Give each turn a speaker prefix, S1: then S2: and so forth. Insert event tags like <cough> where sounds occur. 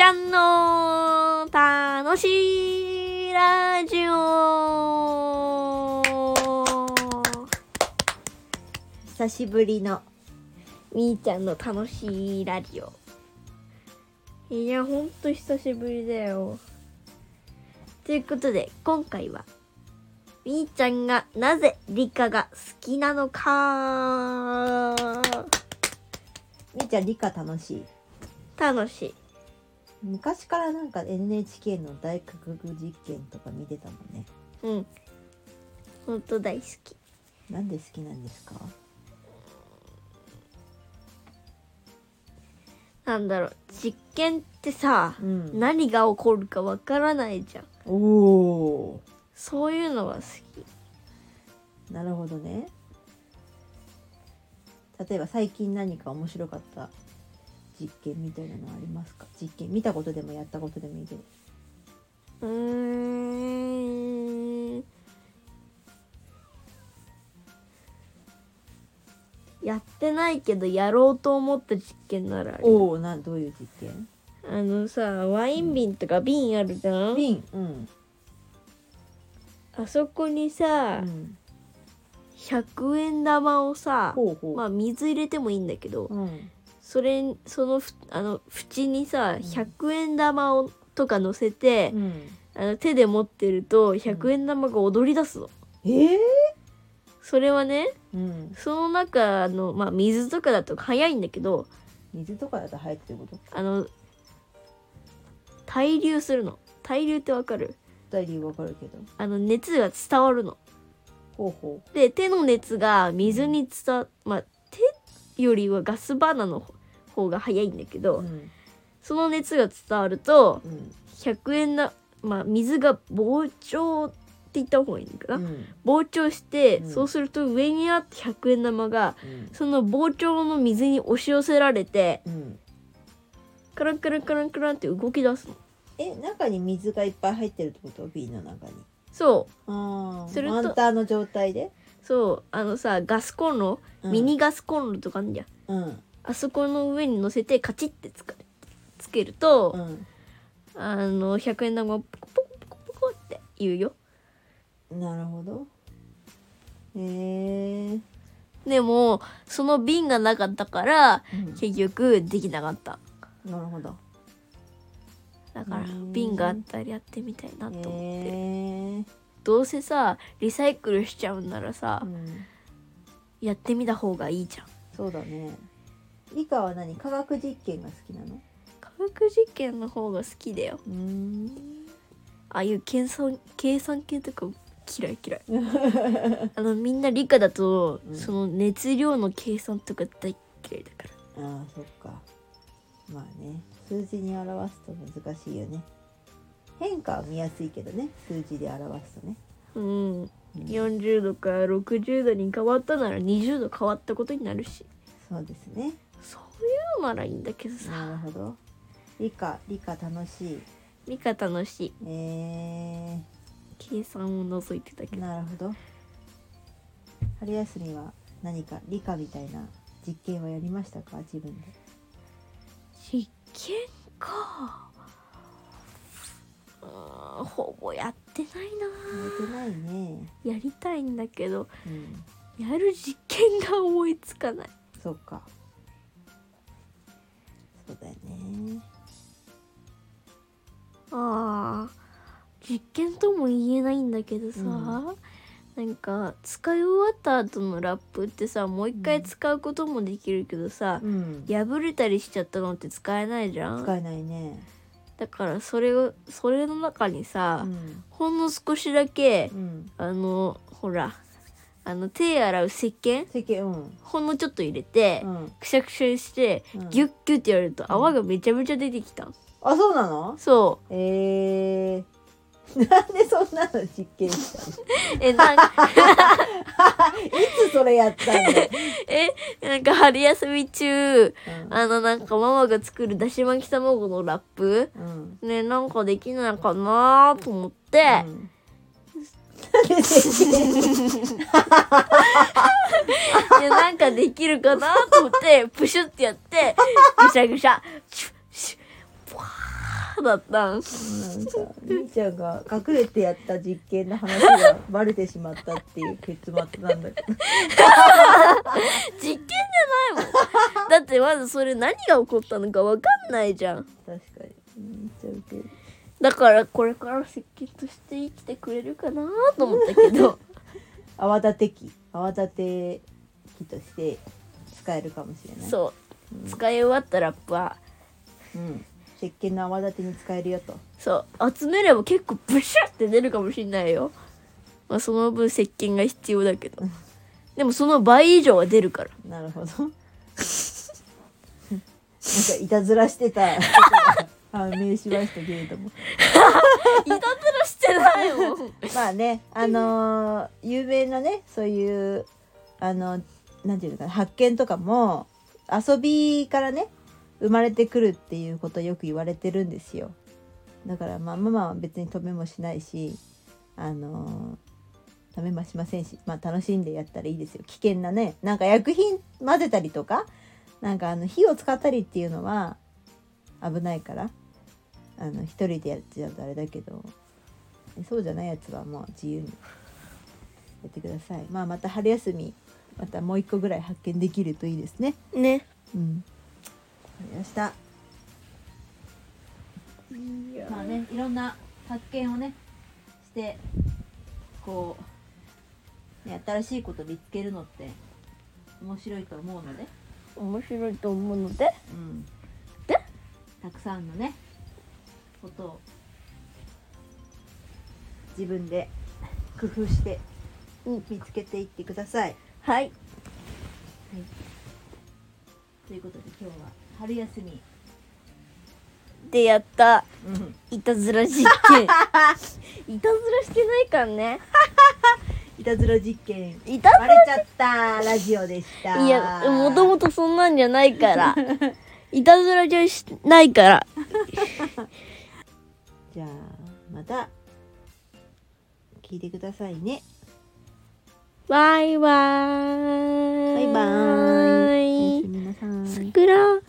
S1: ゃんの楽しいラジオ
S2: 久しぶりの
S1: みーちゃんの楽しいラジオいやほんと久しぶりだよということで今回はみーちゃんがなぜ理科が好きなのか
S2: みーちゃん理科楽しい
S1: 楽しい
S2: 昔からなんか NHK の大科学実験とか見てたもんね
S1: うんほんと大好き
S2: なんで好きなんですか
S1: なんだろう実験ってさ、
S2: うん
S1: 何が起こるかわからないじゃん
S2: おお
S1: そういうのが好き
S2: なるほどね例えば最近何か面白かった実験みたいなのはありますか実験見たことでもやったことでもいいけど
S1: うーんやってないけどやろうと思った実験ならある
S2: おおなんどういう実験
S1: あのさワイン瓶とか瓶あるじゃん、
S2: 瓶うん、
S1: あそこに
S2: う
S1: さ、
S2: ん、
S1: 100円玉をさ
S2: ほうほう、
S1: まあ水入れてもいいんだけど、
S2: うん、
S1: それそのふあの縁にさ100円玉をとか乗せて
S2: う、ん、
S1: あの手で持ってると100円玉が踊り出すの。
S2: ええ
S1: それはね
S2: うん、
S1: その中の、まあ、水とかだと早いんだけど
S2: 水とかだと入ってること
S1: あの対流するの対流ってわかる
S2: 大理由わかるけど
S1: あの熱が伝わるの。
S2: ほうほ
S1: で手の熱が水に伝わまあ手よりはガスバーナーの方が早いんだけ
S2: う、
S1: ど
S2: ん
S1: その熱が伝わると、
S2: うん
S1: 100円な、まあ、水が膨張って言った方がいいのかな、
S2: うん
S1: 膨張して、
S2: うん
S1: そうすると上にあった100円玉が
S2: うん
S1: その膨張の水に押し寄せられて
S2: うん、
S1: カランカランカランカランって動き出すの
S2: え中に水がいっぱい入ってるってこと瓶の中に
S1: そ
S2: ああ
S1: すると
S2: マンターの状態で、
S1: うそうあのさガスコンロ、
S2: うん
S1: ミニガスコンロとかあんじゃん
S2: うん
S1: あそこの上に乗せてカチッてつかつけると、
S2: うん
S1: あの100円玉がポコポコポコポコって言うよ
S2: なるほど。へえ
S1: でもその瓶がなかったから
S2: ー。
S1: 結局できなかった
S2: なるほど。
S1: だから
S2: うん
S1: 瓶があったらやってみたいな
S2: へ
S1: と思ってる、
S2: えー。
S1: どうせさリサイクルしちゃうんならさ、
S2: うん。
S1: やってみた方がいいじゃん
S2: そうだね。理科は何？科学実験が好きなの？
S1: 科学実験の方が好きだよ
S2: うーん。
S1: ああいう計算計算系とか嫌い嫌
S2: <laughs>
S1: いあのみんな理科だと、
S2: うん
S1: その熱量の計算とか大嫌いだから
S2: ああ、そっか。まあね、数字に表すと難しいよね。変化は見やすいけどね、数字で表すとね。
S1: うん、
S2: うん
S1: 40度から60度に変わったなら20度変わったことになるし
S2: そうですね。
S1: そういうのならいいんだけどさ
S2: なるほど。理科、理科楽しい。
S1: 理科楽しい
S2: ええー。
S1: 計算を除いてたけど
S2: なるほど春休みは何か理科みたいな実験はやりましたか自分で
S1: 実験かうーんほぼやってない
S2: やれてないね
S1: なやりたいんだけど
S2: うん
S1: やる実験が思いつかない
S2: そっかそうだよね
S1: あー実験とも言えないんだけどさ、
S2: う
S1: なんか使い終わった後のラップってさもう一回使うこともできるけどさ、
S2: うん
S1: 破れたりしちゃったのって使えないじゃん
S2: 使えないね
S1: だからそれをそれの中に
S2: う
S1: さ、
S2: ん
S1: ほんの少しだけ、
S2: うん
S1: あのほらあの手洗う石鹸
S2: 石鹸うん
S1: ほんのちょっと入れて、
S2: うん
S1: くしゃくしゃにして、
S2: うん
S1: ギュッギュッってやると泡がめちゃめちゃ出てきた、
S2: あそうなの
S1: そ
S2: えー、なんでそんなの実験した
S1: う
S2: の
S1: <laughs> えなんか
S2: いつそれやったの、
S1: えなんか春休み中
S2: うん
S1: あのなんかママが作るだし巻き卵のラップ
S2: うん
S1: ねなんかできないかなと思って、
S2: うんなんで石鹸
S1: いやなんかできるか
S2: <laughs>
S1: なと思ってプシュってやってぐしゃぐしゃシュッシュッブワ歯だったん
S2: なんか兄ちゃんが隠れてやった実験の話がバレてしまったっていう結末なんだけど
S1: 実験じゃないもんだってまずそれ何が起こったのかわかんないじゃん
S2: 確かにめっちゃウケる
S1: だからこれから石鹸として生きてくれるかなと思ったけ <laughs> ど
S2: 泡立て器泡立て器として使えるかもしれない
S1: そう使い終わったラップは
S2: う、ん、石鹸の泡立てに使えるよと
S1: そう集めれば結構ブシャって出るかもしんないよまあその分石鹸が必要だけどでもその倍以上は出るから
S2: なるほどなんかいたずらしてた判明しましたけれども
S1: いたずらしてないもん
S2: まあねあのー有名なねそういうあのなんていうのかな発見とかも遊びからね生まれてくるっていうことよく言われてるんですよだからまあママは別に止めもしないしあのー止めもしませんし、まあ、楽しんでやったらいいですよ危険なねなんか薬品混ぜたりとかなんかあの火を使ったりっていうのは危ないからあの一人でやっちゃうとあれだけどそうじゃないやつはもう自由にやってください。まあまた春休みまたもう一個ぐらい発見できるといいですね。
S1: <laughs> ね
S2: うん。わかりました。
S1: いや
S2: まあねいろんな発見をねしてこう、ね、新しいこと見つけるのって面白いと思うので、
S1: 面白いと思うので
S2: うん、
S1: で
S2: たくさんのねことを自分で工夫して
S1: うん
S2: 見つけていってください。
S1: はい
S2: ということで今日は春休み、
S1: でやった
S2: うん、
S1: <laughs> いたずら実験いたずらしてないからね
S2: いたずら実験
S1: いた
S2: バレちゃったラジオでした
S1: いやもともとそんなんじゃないからいたずらじゃしないから
S2: じゃあまた聞いてくださいね
S1: バイバーイ
S2: バイバーイおや
S1: イ
S2: すみなさ
S1: さ
S2: い
S1: くら